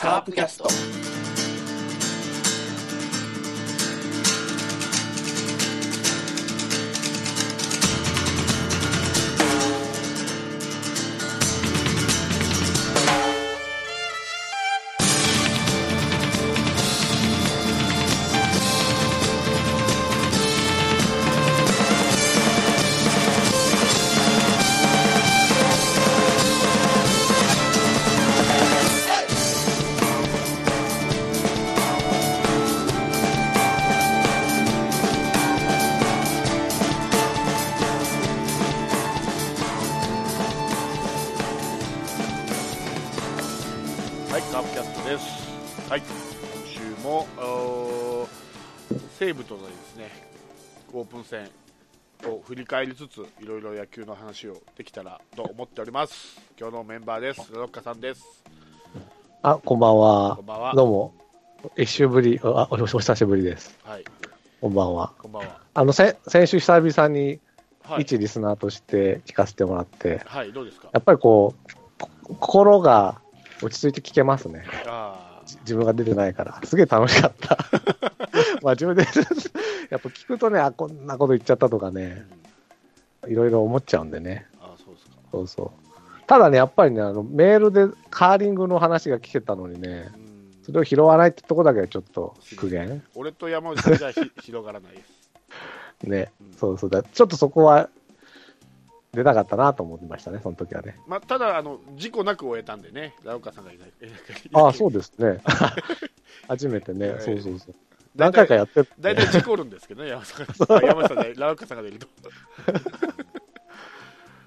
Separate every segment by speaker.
Speaker 1: カープキャスト
Speaker 2: はい、カープキャストです。はい、今週も、おー西武とのですね、オープン戦を振り返りつつ、いろいろ野球の話をできたらと思っております。今日のメンバーです。ラロッカさんです。
Speaker 3: あ、こんばんは。
Speaker 2: こんばんは
Speaker 3: どうも。一週ぶり、あ、おお久しぶりです。
Speaker 2: はい、
Speaker 3: こんばんは。
Speaker 2: こんばんは。
Speaker 3: あの、せ先週久々に
Speaker 2: はい、
Speaker 3: 一リスナーとして聞かせてもらって、
Speaker 2: はい、どうですか
Speaker 3: やっぱりこう、こ心が落ち着いて聞けますね。
Speaker 2: あー
Speaker 3: じ自分が出てないから。すげえ楽し かった。まあ自分で、 やっぱ聞くとね、あ、こんなこと言っちゃったとか
Speaker 2: うん
Speaker 3: ね、いろいろ思っちゃうんでね。
Speaker 2: あー、そうですか。
Speaker 3: そうそう。ただね、やっぱりね、あの、メールでカーリングの話が聞けたのにね、
Speaker 2: うん
Speaker 3: それを拾わないってとこだけはちょっと苦言
Speaker 2: 俺と山内さんじゃひ 広がらないです。
Speaker 3: ね
Speaker 2: うん、
Speaker 3: そうそうだ、ちょっとそこは出なかったなと思いましたね、その時はね。
Speaker 2: まあ、ただあの、事故なく終えたんでね、ラロッカさんがいない。いなくて
Speaker 3: ああ、そうですね。 初めてね
Speaker 2: は、い
Speaker 3: そうそうそう。
Speaker 2: 大
Speaker 3: 何
Speaker 2: 体
Speaker 3: 回かやってる
Speaker 2: 大体事故るんですけどね、山下さんあ山下さんで、ラウカさんが出ると。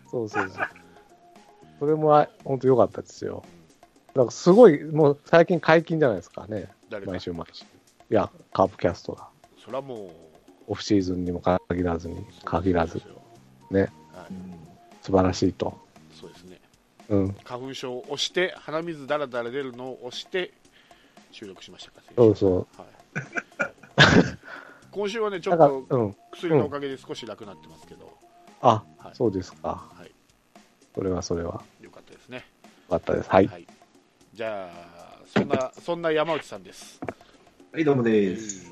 Speaker 3: そうそうそう。それもあ本当良かったですよ。なんかすごい、もう最近解禁じゃないですかね、
Speaker 2: 誰か
Speaker 3: 毎。週毎週。いや、カープキャストが。
Speaker 2: それはもう、
Speaker 3: オフシーズンにも限らずに、限らず、
Speaker 2: ね
Speaker 3: ね。
Speaker 2: はい、
Speaker 3: 素晴らしいと。
Speaker 2: そうですね。
Speaker 3: うん、
Speaker 2: 花粉症を押して、鼻水だらだら出るのを押して、収録しましたか、先週
Speaker 3: そうそ
Speaker 2: はい、今週はね、ち
Speaker 3: う。
Speaker 2: ょ
Speaker 3: な
Speaker 2: っ
Speaker 3: んか、
Speaker 2: と
Speaker 3: うん。
Speaker 2: 薬のおかげで少し楽になってますけど、
Speaker 3: あ、
Speaker 2: はい
Speaker 3: そうですか。
Speaker 2: はい、
Speaker 3: それはそれは。
Speaker 2: よかったですね。
Speaker 3: よかったです。はい。
Speaker 2: じゃあ、そんな、そんな山内さんです。
Speaker 4: はい、どうもです。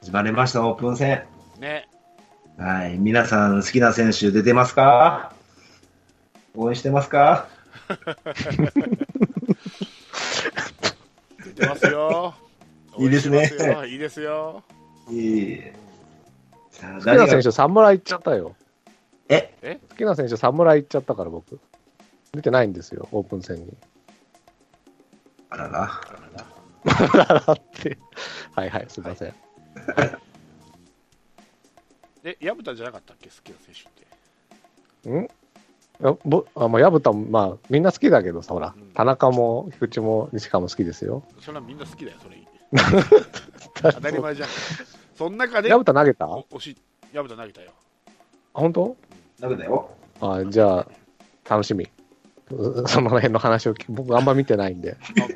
Speaker 4: 始まりました、オープン戦。
Speaker 2: ね、
Speaker 4: はい、皆さん好きな選手出てますか応援してますか
Speaker 2: 出てますよ。
Speaker 4: いいですね
Speaker 2: 応援してますよいいですよ。
Speaker 4: いい。さあ、
Speaker 3: 好きな
Speaker 4: 誰
Speaker 3: 選
Speaker 4: が、
Speaker 3: 手、侍行っちゃったよ。
Speaker 4: え、
Speaker 3: 好きな選手、侍行っちゃったから、僕。出てないんですよ、オープン戦に。
Speaker 4: あらら、
Speaker 3: って。はいはい、すいません。
Speaker 2: え、薮田じゃなかったっけ、好きな選手って。
Speaker 3: んあぼあまあ、薮田も、まあ、みんな好きだけどさ、ほら
Speaker 2: うん、
Speaker 3: 田中も菊池も西川も好きですよ。
Speaker 2: それはみんな好きだよ、それ。
Speaker 3: 当
Speaker 2: 当たり前じゃん。そん中で、
Speaker 3: 薮田投げたあ
Speaker 2: お押し、ヤブタ投げた よ。
Speaker 3: 本当
Speaker 4: ダメだよ。
Speaker 3: あじゃあ、楽しみ。 うその辺の話を聞く僕、あんま見てないんで。
Speaker 2: 本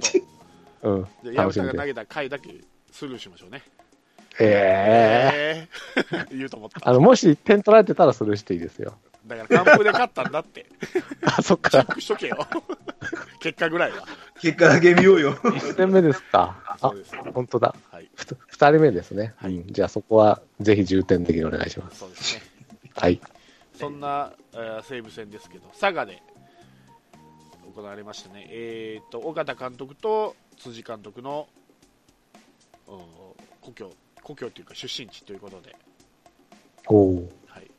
Speaker 2: 当。
Speaker 3: うん
Speaker 2: じ。ゃあ、ヤブ
Speaker 3: 楽し
Speaker 2: タ
Speaker 3: み
Speaker 2: が投
Speaker 3: で。
Speaker 2: げた回だけスルーしましょうね。
Speaker 3: ええ
Speaker 2: えー 言うと思った。
Speaker 3: あの、もし点取られてたらスルーしていいですよ。
Speaker 2: だから、カンプで勝ったんだって。
Speaker 3: あ、そっ
Speaker 2: チェ
Speaker 3: か。
Speaker 2: ックしとけ よ。結果ぐらいは。
Speaker 4: 結果だけ見ようよ。
Speaker 3: 1点目ですか。あ
Speaker 2: そう、ですよ。
Speaker 3: 本当だ。
Speaker 2: はい。
Speaker 3: ふた二人目ですね。
Speaker 2: はい
Speaker 3: うんじゃあそこはぜひ重点的にお願いします。
Speaker 2: そうですね。
Speaker 3: はい。
Speaker 2: そんな、えー西武戦ですけど、佐賀で行われましたね、えー、と尾形監督と辻監督のうん故郷、故郷というか出身地ということで、
Speaker 3: おお。
Speaker 2: はい、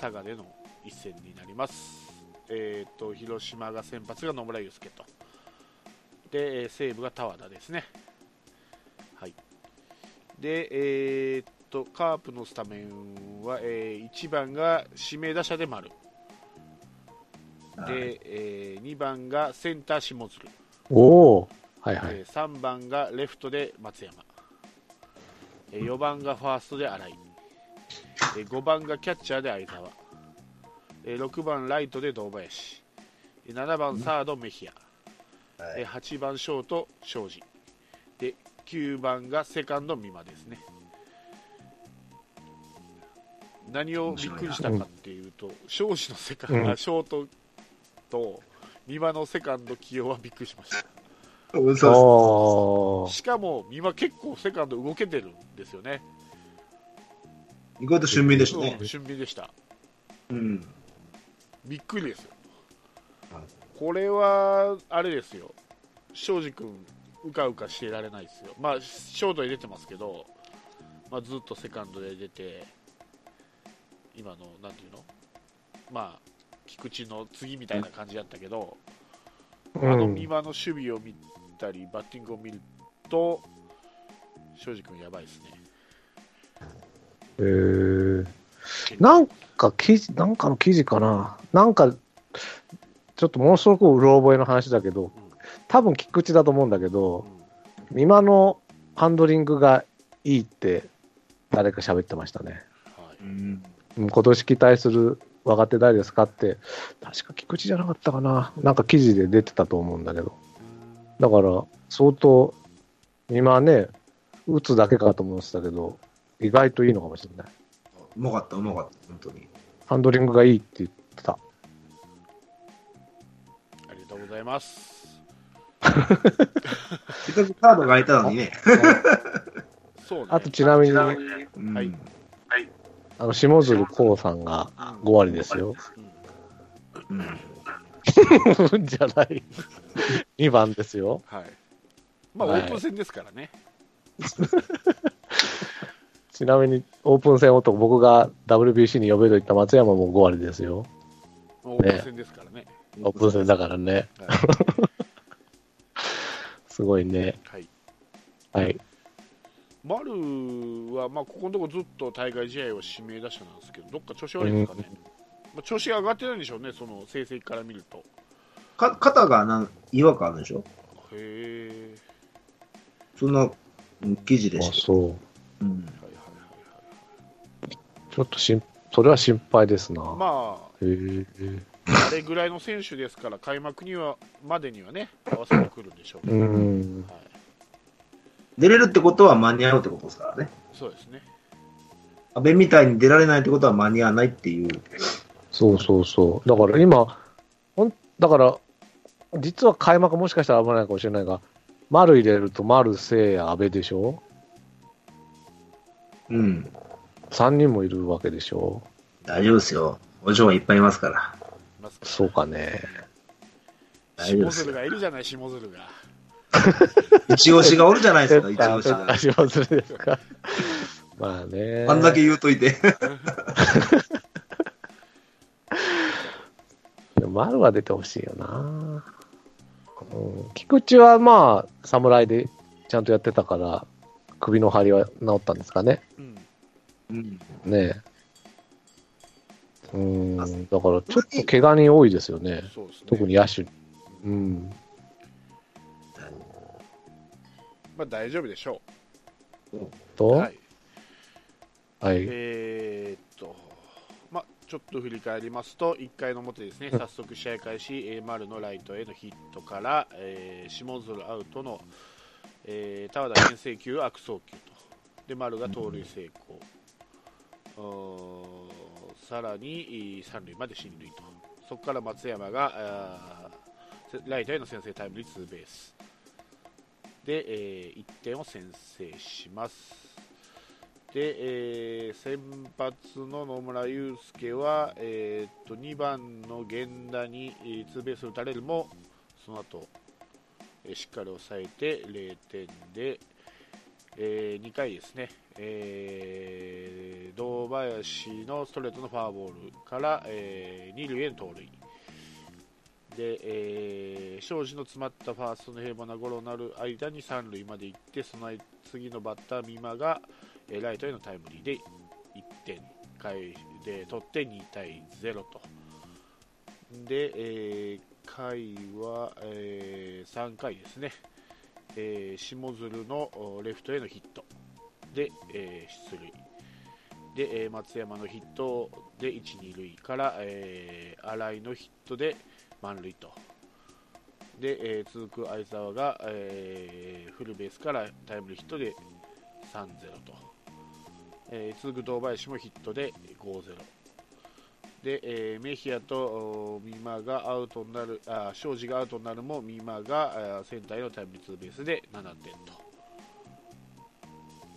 Speaker 2: 佐賀での一戦になります、えー、と広島が先発が野村祐介とでえー西武が田和田ですね、はいでえー、とカープのスタメンは、え1番が指名打者で丸で、え2番がセンター下鶴、
Speaker 3: おお。はいはい。
Speaker 2: え3番がレフトで松山、え4番がファーストで新井、え5番がキャッチャーで相澤、え6番ライトで堂林え7番サードメヒア、
Speaker 4: はい
Speaker 2: え8番ショート庄司で9番がセカンド美馬ですね何をびっくりしたかっていうと庄司のセカンド、
Speaker 3: うん
Speaker 2: ショートと、三輪のセカンド起用はびっくりしました。
Speaker 4: 嘘
Speaker 3: おー
Speaker 2: しかも、三輪結構セカンド動けてるんですよね。
Speaker 4: 意外と俊敏でしたね
Speaker 2: うん、。俊敏でした。
Speaker 4: うん。
Speaker 2: びっくりですよ
Speaker 4: はい。
Speaker 2: これは、あれですよ。庄司君、うかうかしてられないですよ。まあ、ショートに出てますけど、まあ、ずっとセカンドで出て、今の、なんていうのまあ、菊池の次みたいな感じだったけど、あの
Speaker 3: うん
Speaker 2: 今の守備を見たり、バッティングを見ると、庄司君、やばいですね。
Speaker 3: えーなんか記事、なんかの記事かな。なんか、ちょっとものすごくうろ覚えの話だけど、多分菊池だと思うんだけ
Speaker 2: う
Speaker 3: ど、
Speaker 2: ん
Speaker 3: 美馬のハンドリングがいいって誰か喋ってましたね。
Speaker 2: はい
Speaker 4: うん
Speaker 3: うん今年期待する若手誰ですかって、確か菊池じゃなかったかな。なんか記事で出てたと思うんだけど。だから、相当、今ね、打つだけかと思ってたけど、意外といいのかもしれない。
Speaker 4: うまかった、うまかった、本当に。
Speaker 3: ハンドリングがいいって言ってた。
Speaker 2: ありがとうございます。
Speaker 4: せっかくカードが空いたのにね。
Speaker 2: そうね。
Speaker 3: あとちなみに、
Speaker 4: うん
Speaker 2: はい
Speaker 3: あの、下鶴光さんが5割ですよ。
Speaker 4: うん
Speaker 3: うんじゃない。2番ですよ。
Speaker 2: はい。まあ、
Speaker 3: はい
Speaker 2: オープン戦ですからね。
Speaker 3: ちなみに、オープン戦男、僕が WBC に呼べと言った松山も5割ですよ。
Speaker 2: オープン戦ですからね。
Speaker 3: オープン戦だからね。
Speaker 2: は
Speaker 3: すごいね。
Speaker 2: い。はい、
Speaker 3: はい。
Speaker 2: 丸は、まあ、ここのとこずっと大会試合を指名打者なんですけど、どっか調子悪いんですかね。まあ、調子が上がってないんでしょうね、その成績から見ると。
Speaker 4: か肩がなん違和感あるでしょ
Speaker 2: へえ。
Speaker 4: そんなうん記事で
Speaker 3: あ、
Speaker 4: した。
Speaker 3: そう。
Speaker 4: うん
Speaker 2: はいはいはい
Speaker 3: ちょっとしん、それは心配ですな。
Speaker 2: はい。ま
Speaker 3: へえ。
Speaker 2: あ、あれぐらいの選手ですから、開幕にはまでにはね、合わせてくるんでしょうけ
Speaker 3: う
Speaker 2: ど、
Speaker 3: ん。
Speaker 2: はい、
Speaker 4: 出れるってことは間に合うってことですからね。
Speaker 2: そうですね。
Speaker 4: 安倍みたいに出られないってことは間に合わないっていう。
Speaker 3: そうそうそう。だから今、ほん、だから、実は開幕もしかしたら危ないかもしれないが、丸入れると丸、聖也、安倍でしょ
Speaker 4: うん。
Speaker 3: ?3 人もいるわけでしょ
Speaker 4: 大丈夫ですよ。お嬢はいっぱいいますから。
Speaker 2: いますか
Speaker 3: そうかね。
Speaker 4: 大丈
Speaker 2: 下
Speaker 4: 夫です
Speaker 2: 鶴
Speaker 4: よ。
Speaker 2: がいるじゃない、下鶴が。
Speaker 4: 一押しがおるじゃない ですか、
Speaker 3: セ
Speaker 4: 一
Speaker 3: ッター
Speaker 4: 押しが。
Speaker 3: セッター島津ですか。 まあね。
Speaker 4: あんだけ言うと いて。
Speaker 3: でも丸は出てほしいよな、うん、菊池はまあ侍でちゃんとやってたから首の張りは治ったんですかね
Speaker 2: うん。
Speaker 4: うん。
Speaker 3: ねえうんだからちょっと怪我人多いですよね
Speaker 2: そうですね。
Speaker 3: 特に野手うん
Speaker 2: まあ、大丈夫でしょ
Speaker 3: と
Speaker 2: う。
Speaker 3: は、
Speaker 2: はいい。えーっと、まあ、ちょっと振り返りますと、1回の表ですね、
Speaker 3: うん
Speaker 2: 早速試合開始、えー丸のライトへのヒットから、えー下鶴アウトの、えー、田和田先制球、悪送球と、で丸が盗塁成功、うーんさらにえー三塁まで進塁と、そこから松山があーせライトへの先制タイムリーツーベース。で、え1点を先制します。で、えー先発の野村祐介は、えーっと2番の源田に、えーツーベース打たれるもその後、えーしっかり抑えて0点で、え2回ですね、えー堂林のストレートのフォアボールから、え2塁への盗塁で、えー庄司の詰まったファーストの平凡なゴロになる間に三塁まで行ってその間次のバッター、美馬がえーライトへのタイムリーで1点回で取って2対0とで、えー回は、え3回ですね、えー下鶴のおレフトへのヒットで、えー出塁で、えー松山のヒットで1、2塁から、えー新井のヒットで満塁とで、えー続く相澤が、えーフルベースからタイムリーヒットで3-0と、えー続く堂林もヒットで5-0で、えーメヒアとおミマがアウトになるあ庄司がアウトになるもミマがあセンターへのタイムリーツーベースで7点と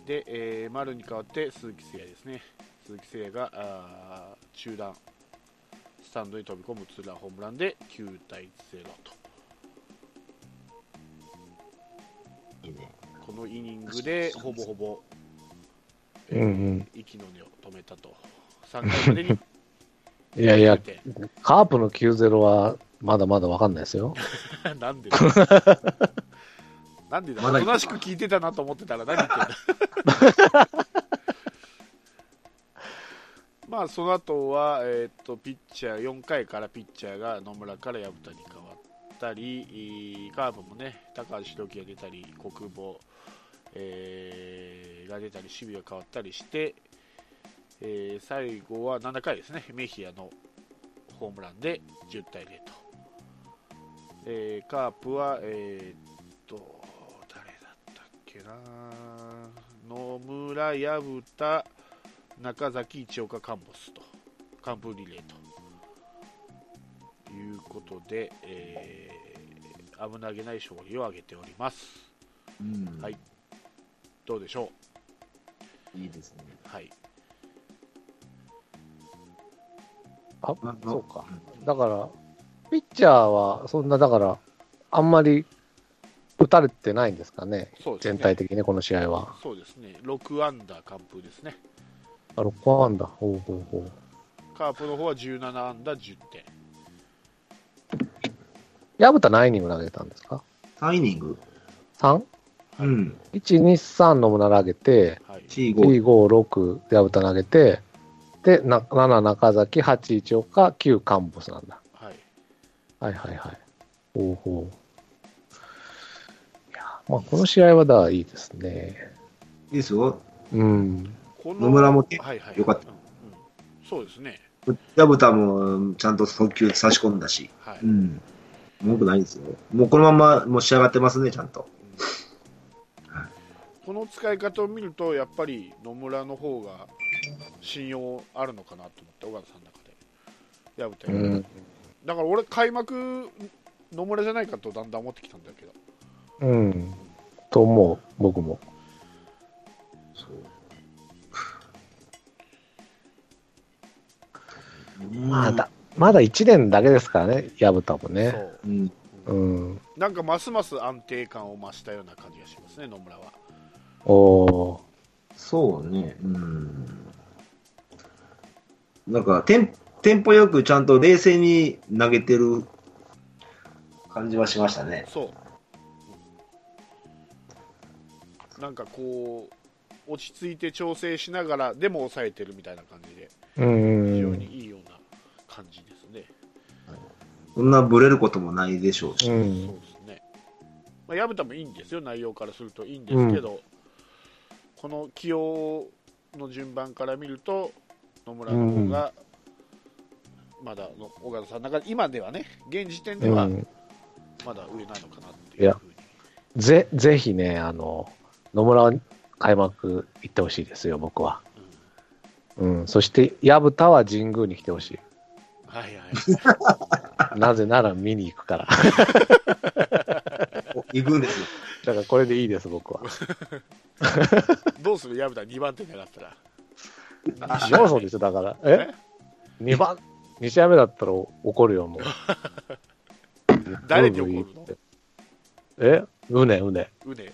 Speaker 2: で、えー丸に代わって鈴木誠也ですね鈴木誠也があー中断スタンドに飛び込むツーランホームランで9対0と
Speaker 4: いいね。
Speaker 2: このイニングでほぼほぼ
Speaker 3: うんうん。
Speaker 2: 息の根を止めたと3回までに
Speaker 3: いやいや
Speaker 2: 9、点
Speaker 3: カープの9-0はまだまだわかんないです よ。
Speaker 2: なんでだなんでだ
Speaker 4: ま
Speaker 2: お
Speaker 4: だ
Speaker 2: となしく聞いてたなと思ってたら何言ってんだ まあその後は、えーっとピッチャー4回からピッチャーが野村から薮田に変わったりえーカープもね高橋宏樹が出たり国防、えーが出たり守備が変わったりして、えー最後は7回ですねメヒアのホームランで10対0と。えーカープは、えーっと、誰だったっけな、野村、薮田、中崎、一岡、カンボスと、カンプリレーということで、えー危なげない勝利を挙げております。
Speaker 4: うん
Speaker 2: はいどうでしょ
Speaker 4: いいですね。
Speaker 2: う、はい、
Speaker 3: あ、
Speaker 4: ま
Speaker 3: そうか。
Speaker 4: う
Speaker 3: だから、ピッチャーはそんな、だから、あんまり打たれてないんですかね。
Speaker 2: そうですね
Speaker 3: 全体的にこの試合は。
Speaker 2: そうですね、6アンダー完封ですね、
Speaker 3: あ、6アンダー。ほうほうほう。
Speaker 2: カープの方は17アンダー10点、
Speaker 3: 矢蓋何イニング投げたんですか
Speaker 4: 3イニング。
Speaker 3: ?3?
Speaker 4: うん。
Speaker 3: 1、2、3の村投げて、
Speaker 2: はい、
Speaker 4: C5。
Speaker 3: 4、5、6、矢蓋投げて、で、な7、中崎、8、一岡、9、カンボスなんだ。
Speaker 2: はい、
Speaker 3: はいはいはい。ほうほう。いや、まあこの試合はだからいいですね。
Speaker 4: いいですよ。
Speaker 3: うん。
Speaker 2: この
Speaker 4: 野村も結構
Speaker 2: はいはい
Speaker 4: 良かった
Speaker 2: うんうんそうですね、
Speaker 4: ヤブタもちゃんと速球差し込んだし。
Speaker 2: はい、
Speaker 4: うん。文句ないですよ。もうこのままもう仕上がってますね、ちゃんと。
Speaker 2: この使い方を見るとやっぱり野村の方が信用あるのかなと思って小川さんの中で
Speaker 3: うん。
Speaker 2: だから俺開幕野村じゃないかとだんだん思ってきたんだけど
Speaker 3: うん。と思う、僕も。まだ、まだ1年だけですからね、薮田も
Speaker 2: そ
Speaker 3: ね。
Speaker 2: う
Speaker 4: うん。
Speaker 3: うん。
Speaker 2: なんかますます安定感を増したような感じがしますね野村は
Speaker 3: おお
Speaker 4: そうね。うん。なんか、テンテンポよくちゃんと冷静に投げてる感じはしましたね。
Speaker 2: そううんなんかこう落ち着いて調整しながらでも抑えてるみたいな感じで
Speaker 3: ー。うん
Speaker 2: 非
Speaker 3: う
Speaker 2: 常
Speaker 3: ん
Speaker 2: にいいような感じですね、
Speaker 4: そんなブレることもないでしょうし。
Speaker 3: う。
Speaker 2: そうんですね、まあ、薮田もいいんですよ、内容からするといいんですけど、この起用の順番から見ると、野村の方が、まだの小川さんの中で、今ではね、現時点で
Speaker 3: う
Speaker 2: は
Speaker 3: ん。
Speaker 2: まだ上なのかなって
Speaker 3: い
Speaker 2: いう
Speaker 3: や
Speaker 2: ふうに、
Speaker 3: ぜ、ぜひね、あの、野村開幕行ってほしいですよ、僕は。うん。そして、薮田は神宮に来てほし い。
Speaker 2: はいはい、
Speaker 3: なぜなら見に行くから。
Speaker 4: お行くんですよ。
Speaker 3: だからこれでいいです、僕は。
Speaker 2: どうする、薮田、2番手狙ったら、
Speaker 3: 西山 そうでしょ、だ から。え ?2 番、2試合目だったら怒るよ、 もう。
Speaker 2: 誰に怒るの
Speaker 3: えうねうね。
Speaker 2: うね、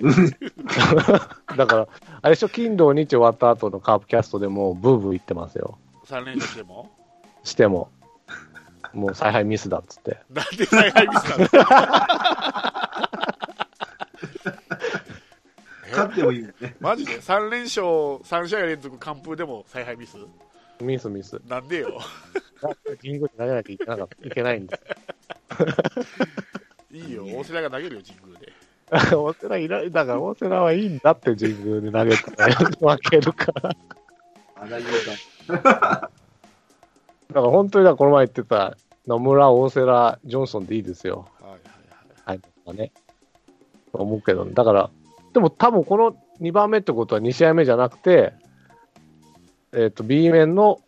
Speaker 3: だから、あれでしょ、金土日終わった後のカープキャストでもブーブー言ってますよ。
Speaker 2: 3連勝でも、
Speaker 3: しても。もう采配ミスだっつ って。
Speaker 2: なんで采配ミスなんだ、
Speaker 4: 勝ってもいいですね。
Speaker 2: マジで3連勝、3試合連続完封でも采配ミス、
Speaker 3: ミスミス。
Speaker 2: なんでよ。
Speaker 3: 神宮に投げなきゃいけなかったいけないんで
Speaker 2: いいよ、大瀬良が投げるよ、神宮で。
Speaker 3: す。大瀬良いらだから大瀬良はいいんだって神宮で投げたら負けるから。だか
Speaker 4: あらゆる
Speaker 3: ら本当にだからこの前言ってた野村、大瀬良、ジョンソンでいいですよ。
Speaker 2: はいはい
Speaker 3: はい。ね。と思うけど、だから、でも多分この2番目ってことは2試合目じゃなくて、えっ、と、B 面の、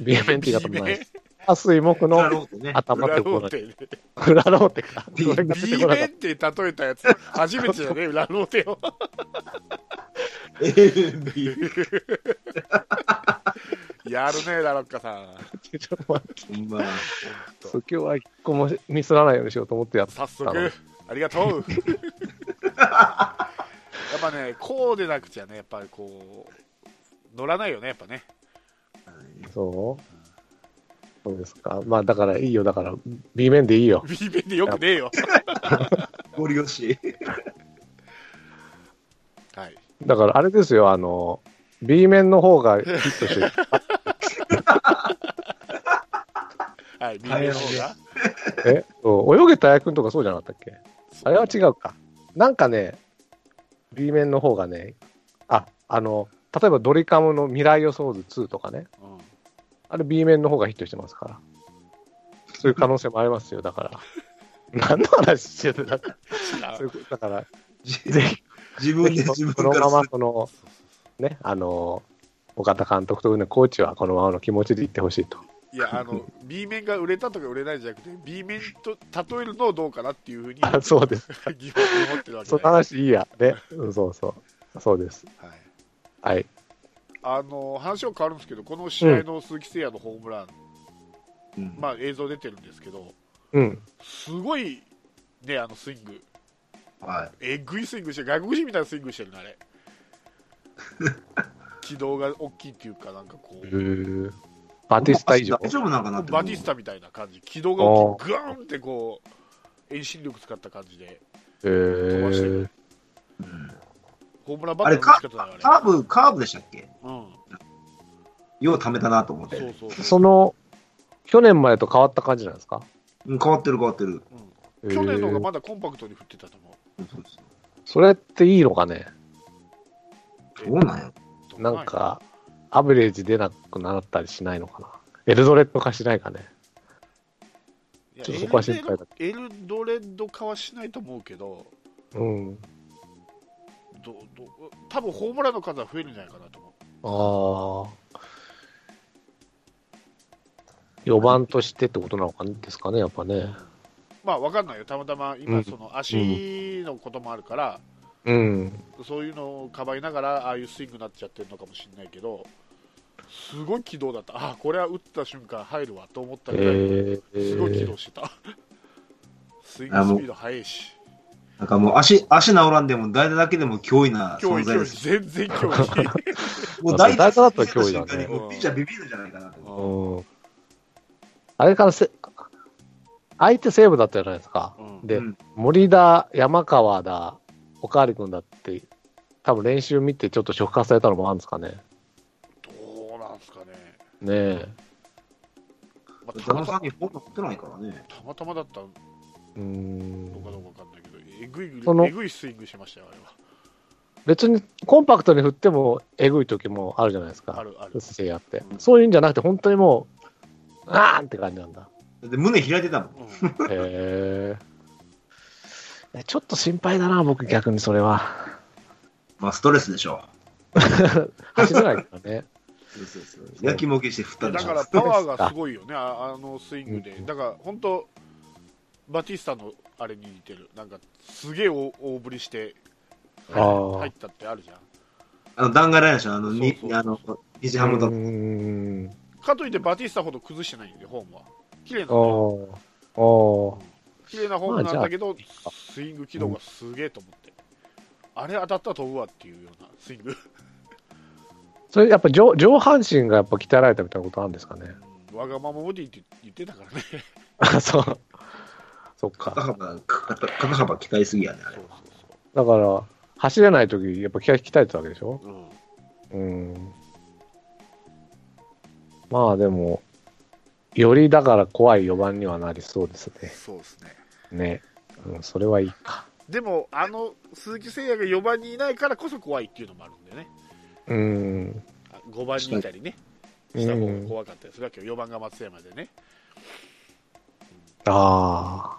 Speaker 3: B 面って言い方もないです。あ、水木
Speaker 4: なる
Speaker 3: の
Speaker 4: ほどね。
Speaker 3: 頭ってこ
Speaker 2: 裏ローテね
Speaker 3: ない。裏ローテか。
Speaker 4: D-
Speaker 3: それが出て
Speaker 2: D
Speaker 3: こなか
Speaker 2: 弁
Speaker 3: っ
Speaker 2: って例えたやつ、初めてだ ね、裏ローテを。やるね、ラロッカさん。
Speaker 3: た。ちょっと待って
Speaker 4: まあ、
Speaker 3: そう今日は一個もミスらないようにしようと思ってやっ
Speaker 2: 早
Speaker 3: た。
Speaker 2: 速、ありがとう。やっぱね、こうでなくちゃね、やっぱりこう、乗らないよね、やっぱね。
Speaker 3: そうそうですか。まあだからいいよ。だから B 面でいいよ。
Speaker 2: B 弁でよくねえよ。
Speaker 4: ゴリ押し。
Speaker 2: はい。
Speaker 3: だからあれですよ。あの、B 面の方がヒットしてる。
Speaker 2: はい、B 弁の方が。
Speaker 3: えそう泳げたやくんとかそうじゃなかったっけあれは違うか。なんかね、B 面の方がね、あ、あの、例えばドリカムの未来予想図2とかね、
Speaker 2: うん
Speaker 3: あれ B 面の方がヒットしてますから。そういう可能性もありますよ、だ から。何の話してるんだから
Speaker 2: 知らん
Speaker 3: そういうことだから、
Speaker 4: 自
Speaker 3: ぜひ、
Speaker 4: 分で自分
Speaker 3: こ
Speaker 4: か
Speaker 3: のま
Speaker 4: ら
Speaker 3: ま、この、ね、あの、岡田監督とね、コーチはこのままの気持ちでいってほしいと。
Speaker 2: いや、あの、B 面が売れたとか売れないじゃなくて、B 面と例えるのをどうかなっていうふうに、
Speaker 3: あそうです。
Speaker 2: 疑問に思ってるわけ
Speaker 3: その
Speaker 2: で、は
Speaker 3: 話いいや。ね、うんそうそう。そうです。
Speaker 2: い、
Speaker 3: はい。
Speaker 2: あの、話は変わるんですけど、この試合の鈴木誠也のホームラン、
Speaker 4: うん
Speaker 2: まあ映像出てるんですけど、
Speaker 3: うん。
Speaker 2: すごい、ね、あのスイング。
Speaker 4: は
Speaker 2: えぐいスイングしてる外国人みたいなスイングしてるね あれ軌道が大きいっていうかなんかこう
Speaker 3: バ
Speaker 4: い。
Speaker 3: ティスタ以上
Speaker 4: 大丈夫なんかなって。
Speaker 2: バティスタみたいな感じ軌道が大きいグーンってこう遠心力使った感じで
Speaker 3: えー
Speaker 2: 飛ばしてる
Speaker 4: うん
Speaker 2: ホームランバ
Speaker 4: あ
Speaker 2: ッ
Speaker 4: れ、
Speaker 2: ターの
Speaker 4: カ
Speaker 2: 打ち方だよあれ
Speaker 4: カーブ、カーブでしたっけ
Speaker 2: うん
Speaker 4: よう貯めたなと思って。
Speaker 2: そうそうそう
Speaker 3: その、去年までと変わった感じなんですか
Speaker 4: うん変わってる変わってる。
Speaker 2: うん去年の方がまだコンパクトに振ってたと思
Speaker 4: そうそうそ
Speaker 3: えーそれっていいのかね
Speaker 4: うどうなん
Speaker 2: う
Speaker 4: や
Speaker 3: なんか、アベレージ出なくなったりしないのかなエルドレッド化しないかね
Speaker 2: いや
Speaker 3: ちょっとそこは心配だ
Speaker 2: エルドレッド化はしないと思うけど
Speaker 3: うん。
Speaker 2: どど多分ホームランの数は増えるんじゃないかなと思う
Speaker 3: ああ。4番としてってことなのかねですかねやっぱね。
Speaker 2: まあわかんないよたまたま
Speaker 3: う
Speaker 2: 今
Speaker 3: ん
Speaker 2: その足のこともあるから、
Speaker 3: うん。
Speaker 2: そういうのをかばいながら、ああいうスイングになっちゃってるのかもしれないけど、すごい軌道だった、ああ、これは打った瞬間入るわと思った
Speaker 3: え
Speaker 2: ぐらい、
Speaker 3: ー
Speaker 2: すごい軌道してた、スイングスピード速いし、
Speaker 4: なんかもう足、足治らんでも、代打だけでも脅威な
Speaker 2: 脅
Speaker 4: 存
Speaker 2: 威、
Speaker 4: 在
Speaker 2: 脅
Speaker 4: で
Speaker 2: 威、
Speaker 4: す。
Speaker 2: 全然 脅威、
Speaker 4: もう
Speaker 3: 代打だったら
Speaker 4: 打
Speaker 3: 脅威だね
Speaker 4: 瞬間にもうピッチャービビるんじゃないかなと
Speaker 2: う
Speaker 4: 思
Speaker 3: うん。あれからせ、相手セーブだったじゃないですか。
Speaker 2: うん
Speaker 3: で、
Speaker 4: うん
Speaker 3: 森田、山川だ、おかわり君だって、多分練習見てちょっと触発されたのもあるんですかね。
Speaker 2: どうなんすかね、
Speaker 3: ねえ。
Speaker 2: ま
Speaker 4: う。
Speaker 2: あ、
Speaker 4: ザ
Speaker 2: た
Speaker 4: ノ
Speaker 2: ま
Speaker 4: さ
Speaker 2: た
Speaker 4: んにホーム打ってないからね。
Speaker 2: たまたまだったのか
Speaker 3: うー
Speaker 2: どうか
Speaker 3: ん。
Speaker 2: わかんないけど、えぐい
Speaker 3: その
Speaker 2: えぐいスイングしましたよ、あれは。
Speaker 3: 別にコンパクトに振ってもえぐい時もあるじゃないです
Speaker 2: あ
Speaker 3: か。
Speaker 2: るある
Speaker 3: 姿勢やって
Speaker 2: う。ん
Speaker 3: そういうんじゃなくて、本当にもう、あーんって感じなんだ。
Speaker 4: だって胸開いてたもん。
Speaker 2: うん
Speaker 3: へえ。ねちょっと心配だな、僕逆にそれは。
Speaker 4: まあ、ストレスでしょ
Speaker 3: 走れないからね。
Speaker 4: う。そうそうそう。やきもきして振ったで
Speaker 2: だ
Speaker 4: しょ。
Speaker 2: からパワーがすごいよね、ああのスイングで、だから本当、バティスタのあれに似てる、なんかすげえ大大振りして
Speaker 3: あー
Speaker 2: 入ったってあるじゃん。
Speaker 4: あの、弾丸ライナーでしょ。あの、に
Speaker 2: そうそうそう
Speaker 4: あの、西ハム
Speaker 3: うー
Speaker 4: と。
Speaker 3: ん。
Speaker 2: かといってバティスタほど崩してないんで、ホームは。綺麗なんだよ
Speaker 3: おーお
Speaker 2: 綺麗なホームなんだけど、
Speaker 3: あ
Speaker 2: スイング軌道がすげえと思って、あれ当たったら飛ぶわっていうようなスイング、
Speaker 3: ーそれやっぱ上上半身がやっぱ鍛えられたみたいなことあるんですかね
Speaker 2: わがままボディって言ってたからね。
Speaker 3: あそうそっ
Speaker 4: 肩
Speaker 3: か
Speaker 4: 幅、肩肩幅鍛えすぎやね、あれ
Speaker 2: そう。
Speaker 3: だから走れない時やっぱ鍛え鍛えてたわけでしょ
Speaker 2: そうそううん
Speaker 3: うんまあでもよりだから怖い4番にはなりそうですね
Speaker 2: そうですね
Speaker 3: ね、うん、それはいいか
Speaker 2: でも、あの鈴木誠也が4番にいないからこそ怖いっていうのもあるんでね、
Speaker 3: うん
Speaker 2: 5番にいたりね、した方が怖かったりするわけよ、4番が松山でね、
Speaker 3: あ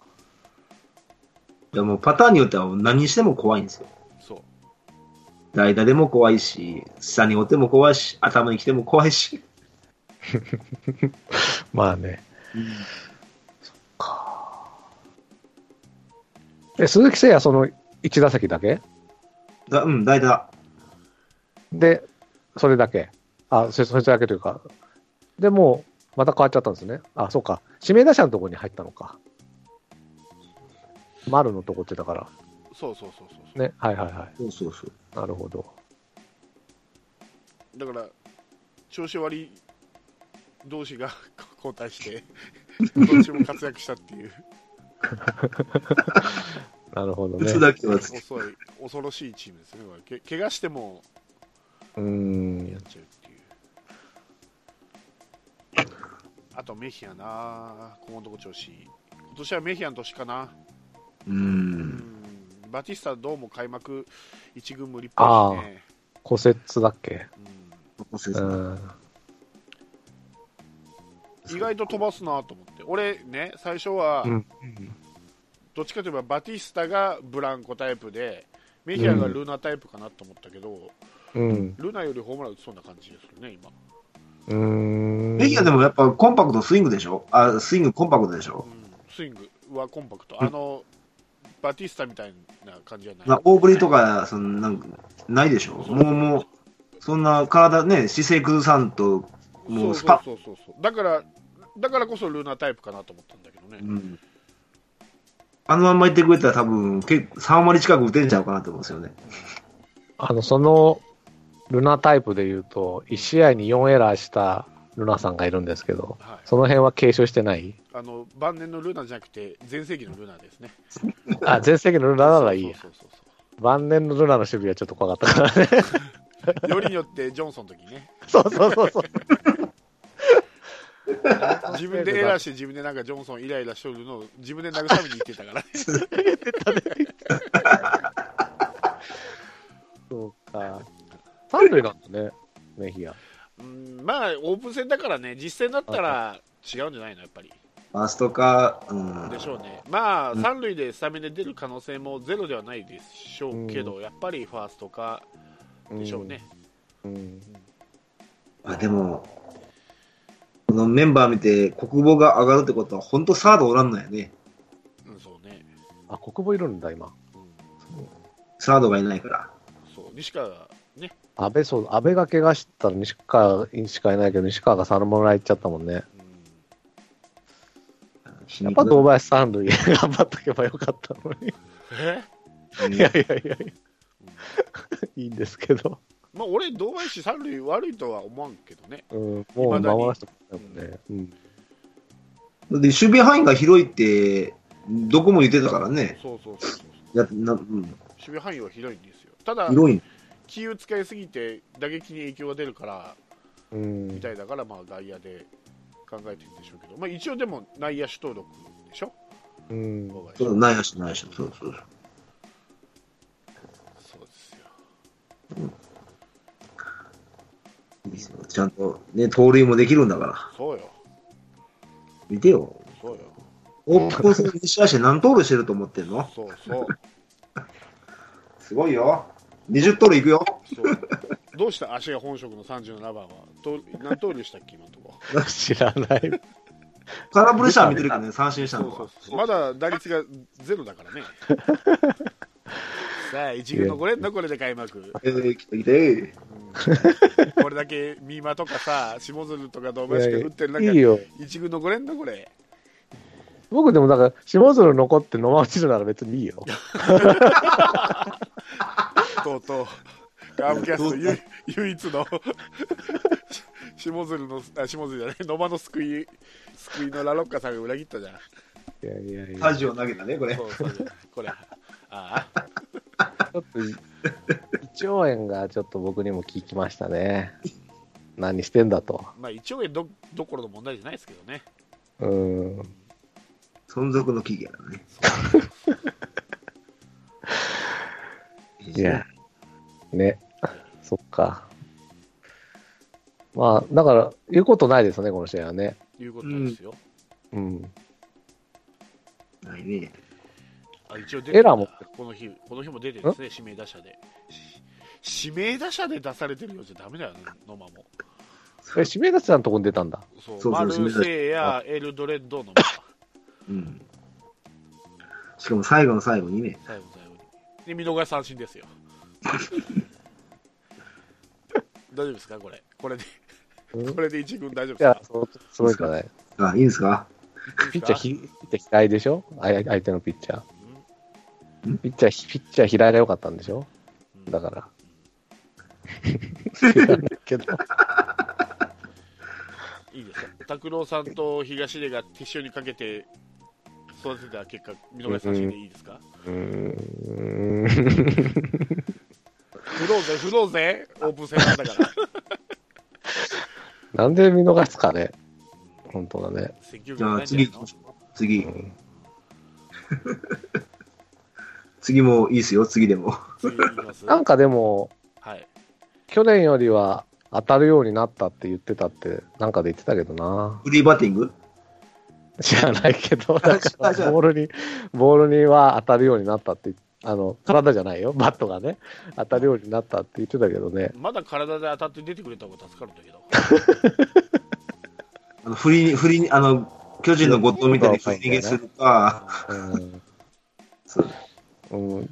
Speaker 4: いやもうパターンによっては何にしても怖いんですよ。
Speaker 2: そう、
Speaker 4: 代打でも怖いし、下におっても怖いし、頭に来ても怖いし。
Speaker 3: あまあねえ、鈴木誠也、その1打席だけ
Speaker 4: だうん、代打。
Speaker 3: で、それだけ。あ、そそれだけというか。でもう、また変わっちゃったんですね。あ、そうか。指名打者のところに入ったのか。丸のとこってだから。
Speaker 2: そうそうそうそう、
Speaker 3: ね。はいはいは
Speaker 4: そうそうそう。
Speaker 3: い。なるほど。
Speaker 2: だから調子悪い同士が 交代してどっちも活躍したっていう
Speaker 3: なるほど
Speaker 4: 打
Speaker 3: ね
Speaker 4: つ。だけはつけ
Speaker 2: 遅い恐ろしいチームですねこれけ怪我しても
Speaker 3: うー
Speaker 2: やっ
Speaker 3: ん。
Speaker 2: ちゃうっていう、あとメヒアなここのとこ調子いい今年はメヒアの年かな
Speaker 4: う。
Speaker 2: うんんバティスタどうも開幕一軍無理っ
Speaker 3: あ
Speaker 2: ぽい
Speaker 3: ー
Speaker 2: しね
Speaker 3: 骨折だっけ
Speaker 4: そう
Speaker 3: う
Speaker 4: そう
Speaker 3: ーん。
Speaker 2: うん意外と飛ばすなと思って俺ね最初は、
Speaker 3: うん
Speaker 2: どっちかといえばバティスタがブランコタイプでメヒアがルナタイプかなと思ったけど、
Speaker 3: うん。
Speaker 2: ルナよりホームラン打ちそうな感じですよね今、
Speaker 3: うーん。
Speaker 4: メヒアでもやっぱコンパクトスイングでしょあ、スイングコンパクトでし
Speaker 2: う
Speaker 4: ょ
Speaker 2: ん、スイングはコンパクト、あのバティスタみたいな感じじゃない
Speaker 4: な大振りとか、そのなんか、ないでしょもうもう、そんな体ね、姿勢崩さんと、もうスパッ。
Speaker 2: そうそうそうそうだからだからこそルナタイプかなと思ったんだけどね、
Speaker 4: うんあのまんま言ってくれたら多分、け3割近く打てんちゃうかなと思うんですよね。
Speaker 3: あの、その、ルナタイプで言うと、1試合に4エラーしたルナさんがいるんですけど、
Speaker 2: はい、
Speaker 3: その辺は継承してない
Speaker 2: あの晩年のルナじゃなくて全盛期のルナですね
Speaker 3: あ、全盛期のルナならいいや。
Speaker 2: そうそうそう
Speaker 3: 晩年のルナの守備はちょっと怖かったからね。
Speaker 2: そうよりによってジョンソンの時ね
Speaker 3: そうそうそうそう。
Speaker 2: 自分でエラーして自分でなんかジョンソンイライラしとるのを自分で慰めに行ってたから ね
Speaker 3: そうか。三塁なんだね、メヒア。
Speaker 2: うんまあオープン戦だからね実戦だったら違うんじゃないのやっぱり
Speaker 4: ファーストか、うん。
Speaker 2: でしょうねまあ
Speaker 4: うん
Speaker 2: 三塁でスタメンで出る可能性もゼロではないでしょうけど、やっぱりファーストかでしょうね、
Speaker 3: うん。
Speaker 4: あでも、このメンバー見て、国防が上がるってことは、本当サードおらんのやね。
Speaker 2: うんそうね、
Speaker 3: あ、国母いるんだ、今。
Speaker 2: うん、
Speaker 4: サードがいないから。
Speaker 2: そう西川がね
Speaker 3: 安倍、そう、安倍が怪我したら西川しかいないけど、西川がサルモラ行っちゃったもんね。
Speaker 2: う
Speaker 3: やっぱ堂林三塁頑張っとけばよかったのに。
Speaker 2: んえ
Speaker 4: うん
Speaker 3: いやいやいやいや。いいんですけど。
Speaker 2: まあ俺堂林三塁悪いとは思わんけどね
Speaker 3: うん、もう守らせてもらえないもんね。うん。
Speaker 4: で守備範囲が広いって、どこも言ってたからね。
Speaker 2: そうそうそうそう
Speaker 4: やなうん、
Speaker 2: 守備範囲は広いんですよただ
Speaker 4: 広い。
Speaker 2: 気を使いすぎて打撃に影響が出るから
Speaker 3: うん
Speaker 2: み、たいだからまあ外野で考えてるんでしょうけど、まあ、一応でも内野手登録でしょ
Speaker 3: うん、
Speaker 2: 堂林
Speaker 4: そう、ないやし、ないやし。そうそうそう。
Speaker 2: そうですよ
Speaker 4: いいですよちゃんと、ね、盗塁もできるんだから。
Speaker 2: そうよ
Speaker 4: 見てよ。
Speaker 2: そうよ
Speaker 4: オープン戦2試合して何盗塁してると思ってんの
Speaker 2: そうそう
Speaker 4: すごいよ。20盗塁いくよ。
Speaker 2: そうどうした足が本職の37番はと何通りしたっけ今のとこ
Speaker 3: 知らない。
Speaker 4: 空振りしたら見てるからね、三振した
Speaker 2: そ
Speaker 4: の
Speaker 2: うそ
Speaker 4: は
Speaker 2: う。そうまだ打率がゼロだからねさあ一軍のこれんのこれで開幕
Speaker 4: えー、来て来て。
Speaker 2: これだけ三馬とかさ下鶴とか堂林が打ってる中
Speaker 3: いいよ。
Speaker 2: 一軍残れんのこれ
Speaker 3: 僕でもだから、下鶴残って野間落ちるなら別にいいよ。
Speaker 2: とうとうカーブキャストゆ唯一の 下鶴のあ下鶴じゃない野間の救い救いのラロッカさんが裏切ったじゃん
Speaker 3: いやいやいや、
Speaker 4: タ
Speaker 3: ち
Speaker 4: ジを投げたね、これ。
Speaker 2: そうそうこれああ
Speaker 3: ょっと、胃腸炎がちょっと僕にも聞きましたね。何してんだと。
Speaker 2: まあ一応どどころの問題じゃないですけどね
Speaker 3: うん。
Speaker 4: 存続の期限だ ね。
Speaker 3: いや、ね、そっか。まあ、だから、言うことないですね、この試合はね。
Speaker 2: いうことですよ、
Speaker 3: うん。
Speaker 4: ないね。
Speaker 2: あ一応出て
Speaker 3: エラーも
Speaker 2: この日この日も出てるんですね指名打者でし指名打者で出されてるようじゃダメだよね野間も
Speaker 3: え、しめがさんのとこに出たんだ。
Speaker 2: そう
Speaker 4: そう
Speaker 2: マ
Speaker 4: そう
Speaker 2: ル
Speaker 4: そう
Speaker 2: セイヤ、エルドレッドの
Speaker 4: うん。しかも最後の最後にね、
Speaker 2: 最後最後に。で、見逃し三振ですよ。 大丈夫ですか、これ。これで、
Speaker 3: うん
Speaker 2: これで一軍大丈夫で
Speaker 3: い
Speaker 2: す
Speaker 3: や
Speaker 2: か、
Speaker 3: そうすごいじゃない。
Speaker 4: あ、いいんですか
Speaker 3: ピッチャーひ、ピッチャー平井でしょあい相手のピッチャ
Speaker 4: ん
Speaker 3: ー。ピッチャーひ、ピッチャー平井が良かったんでしょ
Speaker 2: うん
Speaker 3: だから。知らないけど。
Speaker 2: いいですよ。拓郎さんと東出が手塩にかけて育てた結果、見逃し三振でいいですか、
Speaker 3: うーん。
Speaker 2: 振ろうぜ、振ろうぜ、オープン戦なんだから。
Speaker 3: なんで見逃すかね本当だね。
Speaker 4: じゃあ
Speaker 2: 1970
Speaker 4: 次行きましょう。次
Speaker 3: う。ん
Speaker 4: 次もいいですよ、次でも。
Speaker 2: 次行きます。
Speaker 3: なんかでも、
Speaker 2: はい。
Speaker 3: 去年よりは当たるようになったって言ってたって、なんかで言ってたけどな。
Speaker 4: フリーバッティング
Speaker 3: 知らないけど、だ
Speaker 4: 知
Speaker 3: から
Speaker 4: ない知らない
Speaker 3: ボールに、ボールには当たるようになったって、あの、体じゃないよ、バットがね、当たるようになったって言ってたけどね。
Speaker 2: まだ体で当たって出てくれた方が助かるんだけど。
Speaker 4: あの、振りに、振りに、あの、巨人の後藤みたいに振り逃げするか、そう
Speaker 3: うん。うん。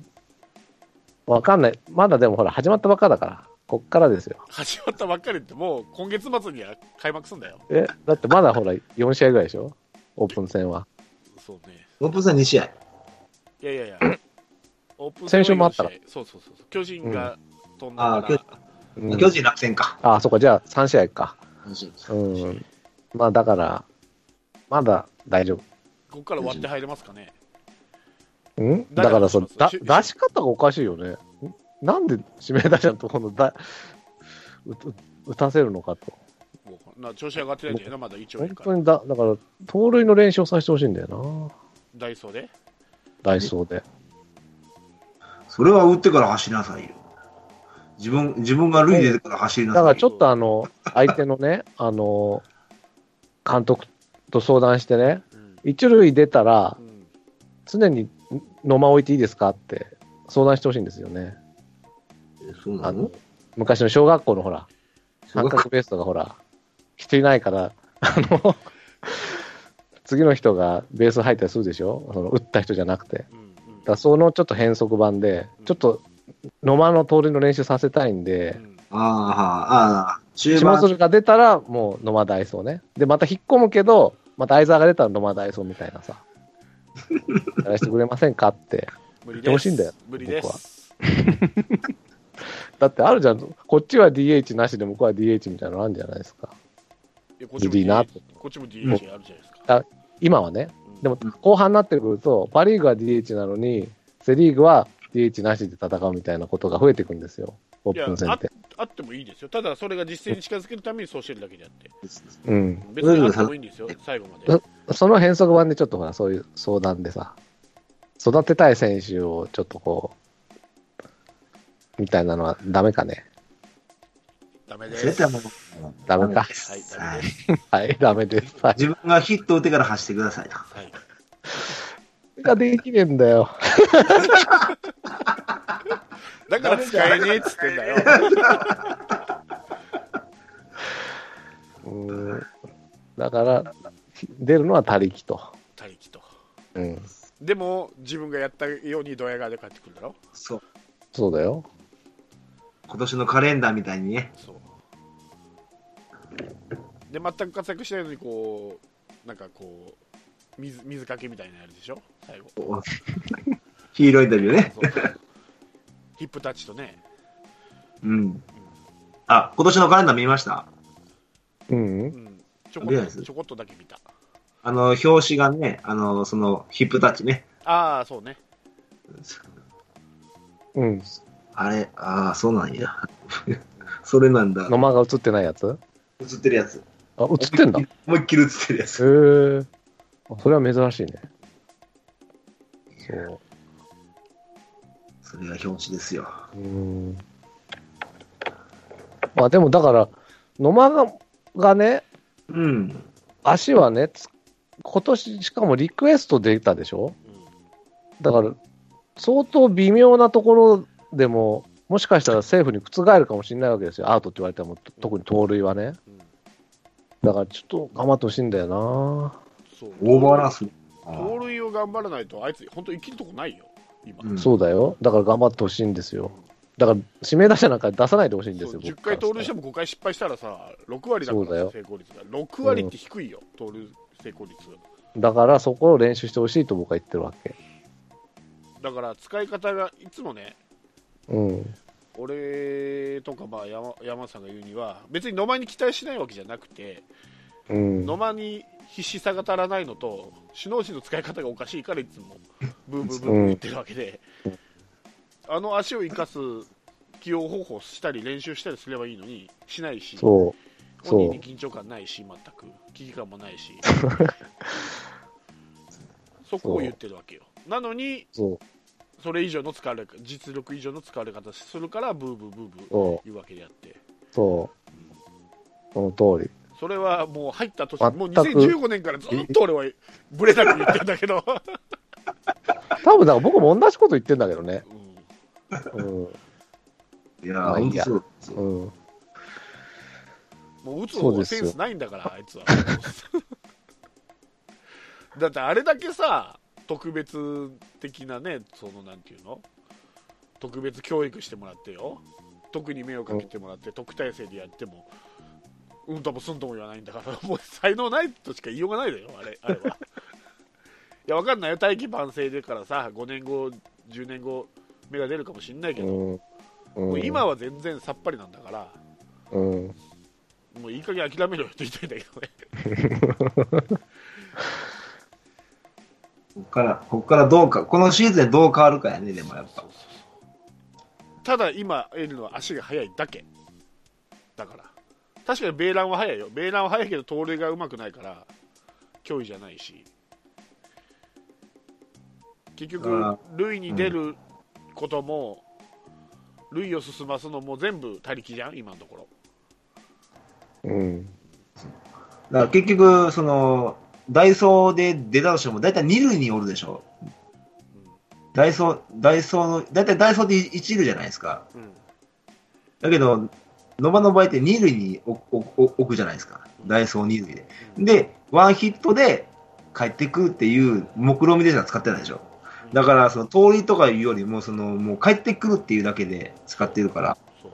Speaker 3: わかんない。まだでもほら、始まったばっかだから、こっからですよ。
Speaker 2: 始まったばっかりって、もう今月末には開幕すんだよ。
Speaker 3: え、だってまだほら、4試合ぐらいでしょオープン戦は。
Speaker 2: そうね。
Speaker 4: オープンさん2試合。
Speaker 2: いやいやいや。 オープン
Speaker 3: 先週もあったら
Speaker 2: 戦の試合そうそうそう。巨人が飛んだ
Speaker 4: あ
Speaker 2: か
Speaker 4: 巨
Speaker 2: ら、
Speaker 3: うん
Speaker 4: 巨人楽天か。
Speaker 3: あそっか、じゃあ3試合か。
Speaker 4: う
Speaker 3: うん。まあだから、まだ大丈夫。
Speaker 2: ここから割って入れますかね。
Speaker 3: んだからそのだ
Speaker 2: し
Speaker 3: 出し方がおかしいよね。んなんで指名打者のと ころのだ打打たせるのかと。
Speaker 2: もうな調子上がってないんだよな、まだ一応い
Speaker 3: 本
Speaker 2: いか
Speaker 3: 当
Speaker 2: ら。
Speaker 3: にだ、だから、盗塁の練習をさせてほしいんだよ
Speaker 2: ダイソーで。
Speaker 3: な、ダイソーで。
Speaker 4: それは打ってから走りなさいよ。自分、自分が塁出てから走りな
Speaker 3: だ
Speaker 4: さい
Speaker 3: か
Speaker 4: よ。
Speaker 3: らちょっとあの、相手のね、 あの、監督と相談してね、
Speaker 2: うん
Speaker 3: 一塁出たら
Speaker 2: う、ん
Speaker 3: 常に野間置いていいですかって相談してほしいんですよね。
Speaker 4: えそうな
Speaker 3: あ
Speaker 4: の
Speaker 3: の、昔の小学校のほら、
Speaker 4: 小
Speaker 3: 三
Speaker 4: 学
Speaker 3: 角ベーストがほら、人いないから、あの、次の人がベース入ったりするでしょその打った人じゃなくて。だか
Speaker 2: うんうん
Speaker 3: らそのちょっと変則版で、ちょっと野間の通りの練習させたいんで
Speaker 2: う、ん
Speaker 4: ああ、ああ、中
Speaker 3: 島
Speaker 4: 盤、
Speaker 3: 鶴が出たらもう野間ダイソーね。で、また引っ込むけど、また相沢が出たら野間ダイソーみたいなさ。やらせてくれませんかって。
Speaker 2: 無理
Speaker 3: て
Speaker 2: で
Speaker 3: ほしい
Speaker 2: す
Speaker 3: んだよ
Speaker 2: 無理です。
Speaker 3: だってあるじゃん。こっちは DH なしで向こうは DH みたいなのあるんじゃないですか。
Speaker 2: いやこっち
Speaker 3: ず
Speaker 2: も
Speaker 3: るいな
Speaker 2: DH
Speaker 3: と。
Speaker 2: こっちも DH あるじゃないですか。
Speaker 3: 今はね。
Speaker 2: うん
Speaker 3: でも後半になってくると、パ・リーグは DH なのに、セ・リーグは DH なしで戦うみたいなことが増えていくんですよ、オープン戦って。
Speaker 2: あってもいいですよ。ただ、それが実践に近づけるためにそうしてるだけであって。
Speaker 3: うん、
Speaker 2: 別にあってもいいんですよ、最後まで。
Speaker 3: その変則版でちょっとほら、そういう相談でさ、育てたい選手をちょっとこう、みたいなのはダメかね。
Speaker 2: ダメで
Speaker 4: それっ
Speaker 2: す。
Speaker 4: て
Speaker 2: は
Speaker 4: もう
Speaker 3: ダメか。
Speaker 4: です
Speaker 2: い、ダ
Speaker 4: は
Speaker 2: メ
Speaker 4: い
Speaker 2: です。
Speaker 3: はい、ダメです。はい、
Speaker 4: 自分がヒット打ってから走ってくださいと。
Speaker 2: はい、
Speaker 3: それができねえんだよ。
Speaker 2: だから使えねえっつってんだ よ。
Speaker 3: うんだから、出るのは他力と。
Speaker 2: 他力と。
Speaker 3: うん、
Speaker 2: でも、自分がやったようにドヤ顔で帰ってくるだろ。
Speaker 4: そう。
Speaker 3: そうだよ。
Speaker 4: 今年のカレンダーみたいにね。
Speaker 2: そう。で、全く活躍しないのに、こう、なんかこう、水水かけみたいなのやるでしょ、最後。
Speaker 4: ヒーローインタビューね。
Speaker 2: そうヒップタッチとね、
Speaker 4: うん。あ、今年のカレンダー見ました
Speaker 3: うん
Speaker 2: う。ん、ちょこっとちょこっとだけ見た。
Speaker 4: あの、表紙がね、あの、その、ヒップタッチね。
Speaker 2: ああ、そうね。
Speaker 3: うん。
Speaker 4: あれ、ああ、そうなんや。 それなんだ
Speaker 3: 野。間が映ってないやつ
Speaker 4: 映ってるやつ。
Speaker 3: あ、映ってんだ。へ
Speaker 4: 思いっきり映ってるやつ。
Speaker 3: え。あそれは珍しいね。そう。
Speaker 4: それが表紙ですよ。
Speaker 3: うーん。まあでもだから、野間ががね、
Speaker 4: うん。
Speaker 3: 足はね、つ今年しかもリクエスト出たでしょ
Speaker 2: うん
Speaker 3: だから、相当微妙なところでも、もしかしたら政府に覆るかもしれないわけですよ。アウトって言われても、と特に盗塁はね。
Speaker 2: うん
Speaker 3: だからちょっと頑張ってほしいんだよな。
Speaker 2: そう
Speaker 4: オーバーランス。あ
Speaker 2: 盗
Speaker 4: ー
Speaker 2: 塁を頑張らないと、あいつ、本当生きるとこないよ、今。
Speaker 4: うん
Speaker 3: そうだよ。だから頑張ってほしいんですよ。だから指名打者なんか出さないでほしいんです
Speaker 2: そう
Speaker 3: よ。
Speaker 2: 10回盗塁しても5回失敗したらさ、6割だか
Speaker 3: そうだ
Speaker 2: ら
Speaker 3: よ
Speaker 2: 成功率が、6割って低いよ、盗塁成功率。
Speaker 3: だからそこを練習してほしいと僕は言ってるわけ。
Speaker 2: だから使い方がいつもね、
Speaker 3: うん。
Speaker 2: 俺とかまあ山山さんが言うには、別に野間に期待しないわけじゃなくて、
Speaker 3: うん。
Speaker 2: 野間に必死さが足らないのと、首脳陣の使い方がおかしいから、いつもブーブーブーブー言ってるわけで、あの足を生かす起用方法をしたり、練習したりすればいいのに、しないし、
Speaker 3: そう。
Speaker 2: 本人
Speaker 3: そう
Speaker 2: に緊張感ないし、全く、危機感もない し、そこを言ってるわけよ。なのに、
Speaker 3: そう。
Speaker 2: それ以上の使われ実力以上の使われ方するから、ブーブーブーブー
Speaker 3: そう。
Speaker 2: 言うわけであって、
Speaker 3: そう。その通り。
Speaker 2: それはもう入った年、
Speaker 3: 全く
Speaker 2: もう2015年からずっと俺はぶれなく言ってんだけど。
Speaker 3: 多分だから僕も同じこと言ってんだけどね。
Speaker 2: うん
Speaker 3: うん。
Speaker 4: いや
Speaker 3: まあいいや
Speaker 4: ー、ほんとそう。
Speaker 3: うん。
Speaker 2: もう打つ方がセンスないんだから、あいつは。 だってあれだけさ、特別的なね、そのなんていうの特別教育してもらってよ。特に目をかけてもらって、特待生でやっても、うんともすんとも言わないんだから、 もう才能ないとしか言いようがないだよ、あれあれは。 いや、わかんないよ。大器晩成でからさ、5年後、10年後、芽が出るかもしんないけど、も
Speaker 3: うん。う、
Speaker 2: うん今は全然さっぱりなんだから、
Speaker 3: うん。
Speaker 2: もういい加減諦めろよって言いたいんだけどね。
Speaker 4: こっから、こっからどうか、このシーズンでどう変わるかやね、でもやっぱ。
Speaker 2: ただ今得るのは足が速いだけだから確かにベイランは速いよベイランは速いけど盗塁がうまくないから脅威じゃないし結
Speaker 4: あ
Speaker 2: 局塁に出ることも、塁を進ますのも全部他力じゃん今のところ
Speaker 3: うん。
Speaker 4: だから結局、その、ダイソーで出たとしても、だいたい2塁におるでしょ。ダイソー、ダイソーの、だいたいダイソーで1塁じゃないですか。
Speaker 2: うん、うん
Speaker 4: だけど、野間の場合って2塁に置置くじゃないですか。ダイソー2塁で。で、ワンヒットで帰ってくっていう目論見でしか使ってないでしょ。だから、その、盗塁とかいうよりも、その、もう帰ってくるっていうだけで使ってるから、
Speaker 2: そ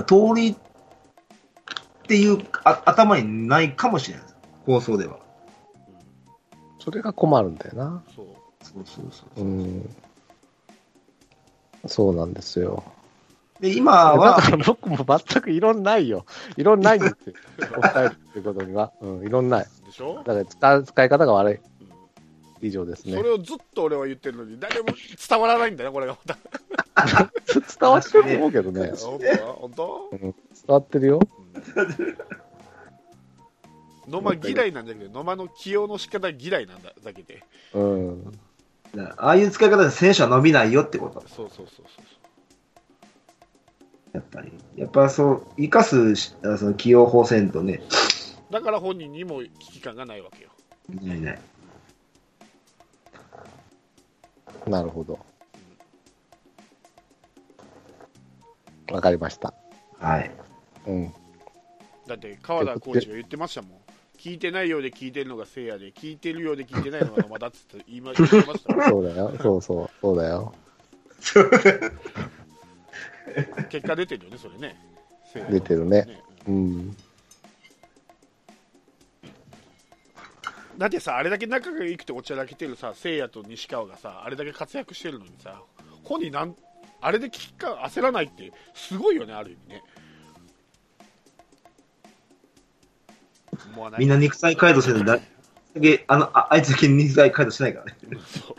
Speaker 2: う
Speaker 4: 盗塁っていうあ頭にないかもしれないです。放送では。
Speaker 3: それが困るんだよな。
Speaker 2: そう
Speaker 4: そうそうそうう。
Speaker 3: ん。そうなんですよ。
Speaker 4: で、今
Speaker 3: だ
Speaker 4: は
Speaker 3: か、ら僕も全く異論ないよ。異論ないんですよ。お伝えるっていうことには。うん、異論ない。
Speaker 2: でしょ
Speaker 3: だ、から使う使い方が悪
Speaker 2: うん
Speaker 3: い。以上です
Speaker 2: そ
Speaker 3: ね
Speaker 2: れ。をずっと俺は言ってるのに誰も伝わらないんだよこれがまた
Speaker 3: 伝わってると思うけどね。伝
Speaker 2: 本当本当
Speaker 3: わってるよ。
Speaker 2: 野間嫌いなんじゃなくて野間の起用の仕方嫌いなんだだけで
Speaker 3: うん。
Speaker 4: ああいう使い方で選手は伸びないよってこと。
Speaker 2: そうそうそうそう
Speaker 4: やっぱり。やっぱそう、生かすしあその起用法せんとね、
Speaker 2: だから本人にも危機感がないわけよ
Speaker 4: いないいない。
Speaker 3: なるほど。わかりました。
Speaker 4: はい。
Speaker 3: うん。
Speaker 2: だって川田コーチが言ってましたもん聞いてないようで聞いてるのがせいやで聞いてるようで聞いてないのが野間だっつって言 いま言ってましたもん
Speaker 3: そうだよ。そうそう。そうだよ。
Speaker 2: 結果出てるよねそれねせいや
Speaker 3: 出てるね
Speaker 2: ね
Speaker 3: うん。
Speaker 2: だってさあれだけ仲がいくておちゃらけてるさせいやと西川がさあれだけ活躍してるのにさ本人なんあれで危機感焦らないってすごいよねある意味ね思わな
Speaker 4: みんな肉体改造せんとだ、だけあのあ、あいつだけ肉体改造しないからね。
Speaker 2: そう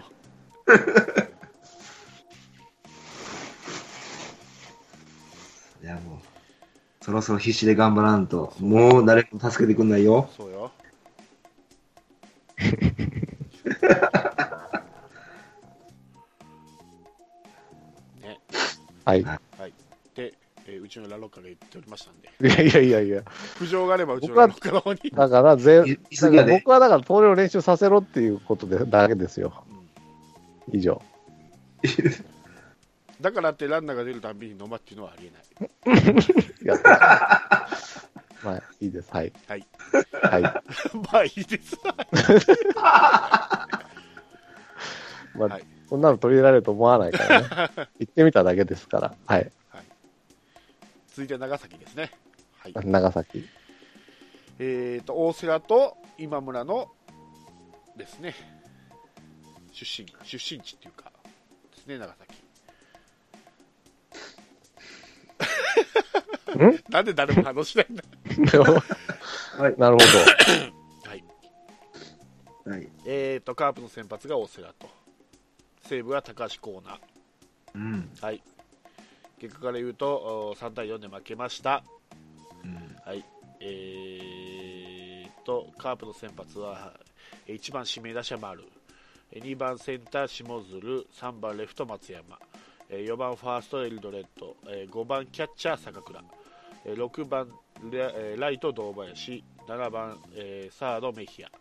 Speaker 4: いやもう、そろそろ必死で頑張らんと、もう誰も助けてくんないよ。
Speaker 2: そうよね
Speaker 3: はい。い
Speaker 2: はいで、えーうちのラロッカが言っておりましたん で
Speaker 3: やいやいやいや。
Speaker 2: 苦情があればうちのラロッカの 方に
Speaker 3: だから、ぜ
Speaker 4: いいす
Speaker 3: だ
Speaker 4: ぎ
Speaker 3: か
Speaker 4: や
Speaker 3: ら
Speaker 4: で
Speaker 3: 僕はだから、投了練習させろっていうことでだけですよ。以上。
Speaker 2: だからってランナーが出るたんびに飲まっていうのはありえない
Speaker 3: やった。まあ、いいです。はい。
Speaker 2: はい。
Speaker 3: は い。
Speaker 2: まあいいです。
Speaker 3: まあ、
Speaker 2: はい
Speaker 3: こんなの取り入れられると思わないからね。行ってみただけですから。は い。
Speaker 2: 続いて長崎ですね。はい。
Speaker 3: 長崎。
Speaker 2: えっ、と、大瀬良と今村のですね、出身、出身地っていうか、ですね、長 崎。 なんで誰も話しないんだ
Speaker 4: い
Speaker 3: なるほど。
Speaker 2: はい。
Speaker 4: はい。
Speaker 2: えっ、と、カープの先発が大瀬良と、西武は高橋光成。
Speaker 4: うん。
Speaker 2: はい。結果から言うと、お3対4で負けました。
Speaker 4: うん
Speaker 2: はい、えーっとカープの先発はえー1番指名打者丸えー2番センター下鶴3番レフト松山えー4番ファーストエルドレッドえー5番キャッチャー坂倉えー6番ラえーライト堂林7番、えーサードメヒア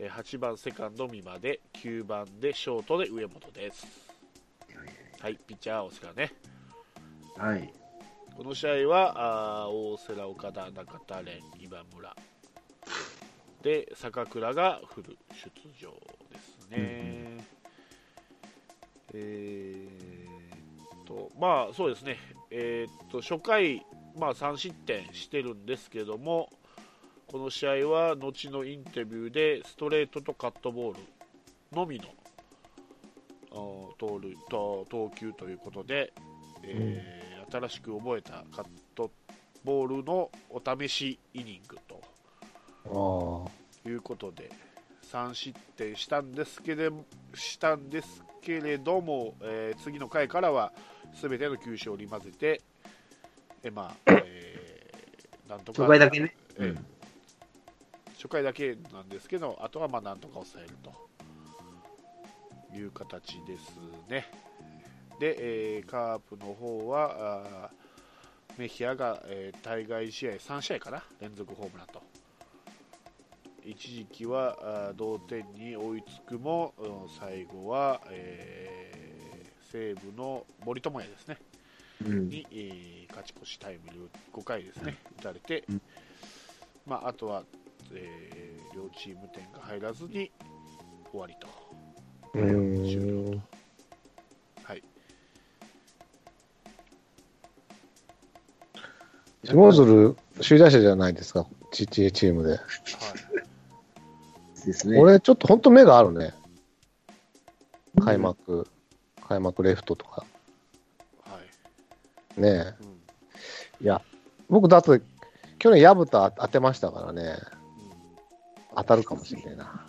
Speaker 2: えー8番セカンド美馬で9番でショートで上本ですはいピッチャーはオスカーね
Speaker 4: はい。
Speaker 2: この試合はあー大瀬良、岡田、中田蓮、今村で坂倉がフル出場ですね。えーっとまあそうですね、えーっと初回、まあ、3失点してるんですけどもこの試合は後のインタビューでストレートとカットボールのみのあー盗塁と投球ということで、えー新しく覚えたカットボールのお試しイニングと
Speaker 3: あ
Speaker 2: いうことで3失点したんですけれしたんですけれども、えー次の回からは全ての球種を織り交ぜて、えーまあえーなんとか
Speaker 4: 初回だけね。
Speaker 2: えー初回だけなんですけど、あとはまあなんとか抑えるという形ですね。で、えーカープの方は、あーメヒアが、えー対外試合3試合かな、連続ホームランと。一時期はあー同点に追いつくも、うん最後は、えー西武の森友哉ですね。
Speaker 4: うん。
Speaker 2: に、えー勝ち越しタイムリーを5回ですね、打たれて、まあ、あとは、えー両チーム点が入らずに終わりと、
Speaker 3: ーうーん。
Speaker 2: はい、
Speaker 3: シモズル、首位打者じゃないですか。ちちチームで。
Speaker 4: ですね。
Speaker 3: 俺、ちょっと本当目があるね。開幕、開幕レフトとか。
Speaker 2: はいはい
Speaker 3: ね
Speaker 2: うん
Speaker 3: え。いや、僕だって、去年、矢蓋当てましたからね。
Speaker 2: う
Speaker 3: 当たるかもしれないな。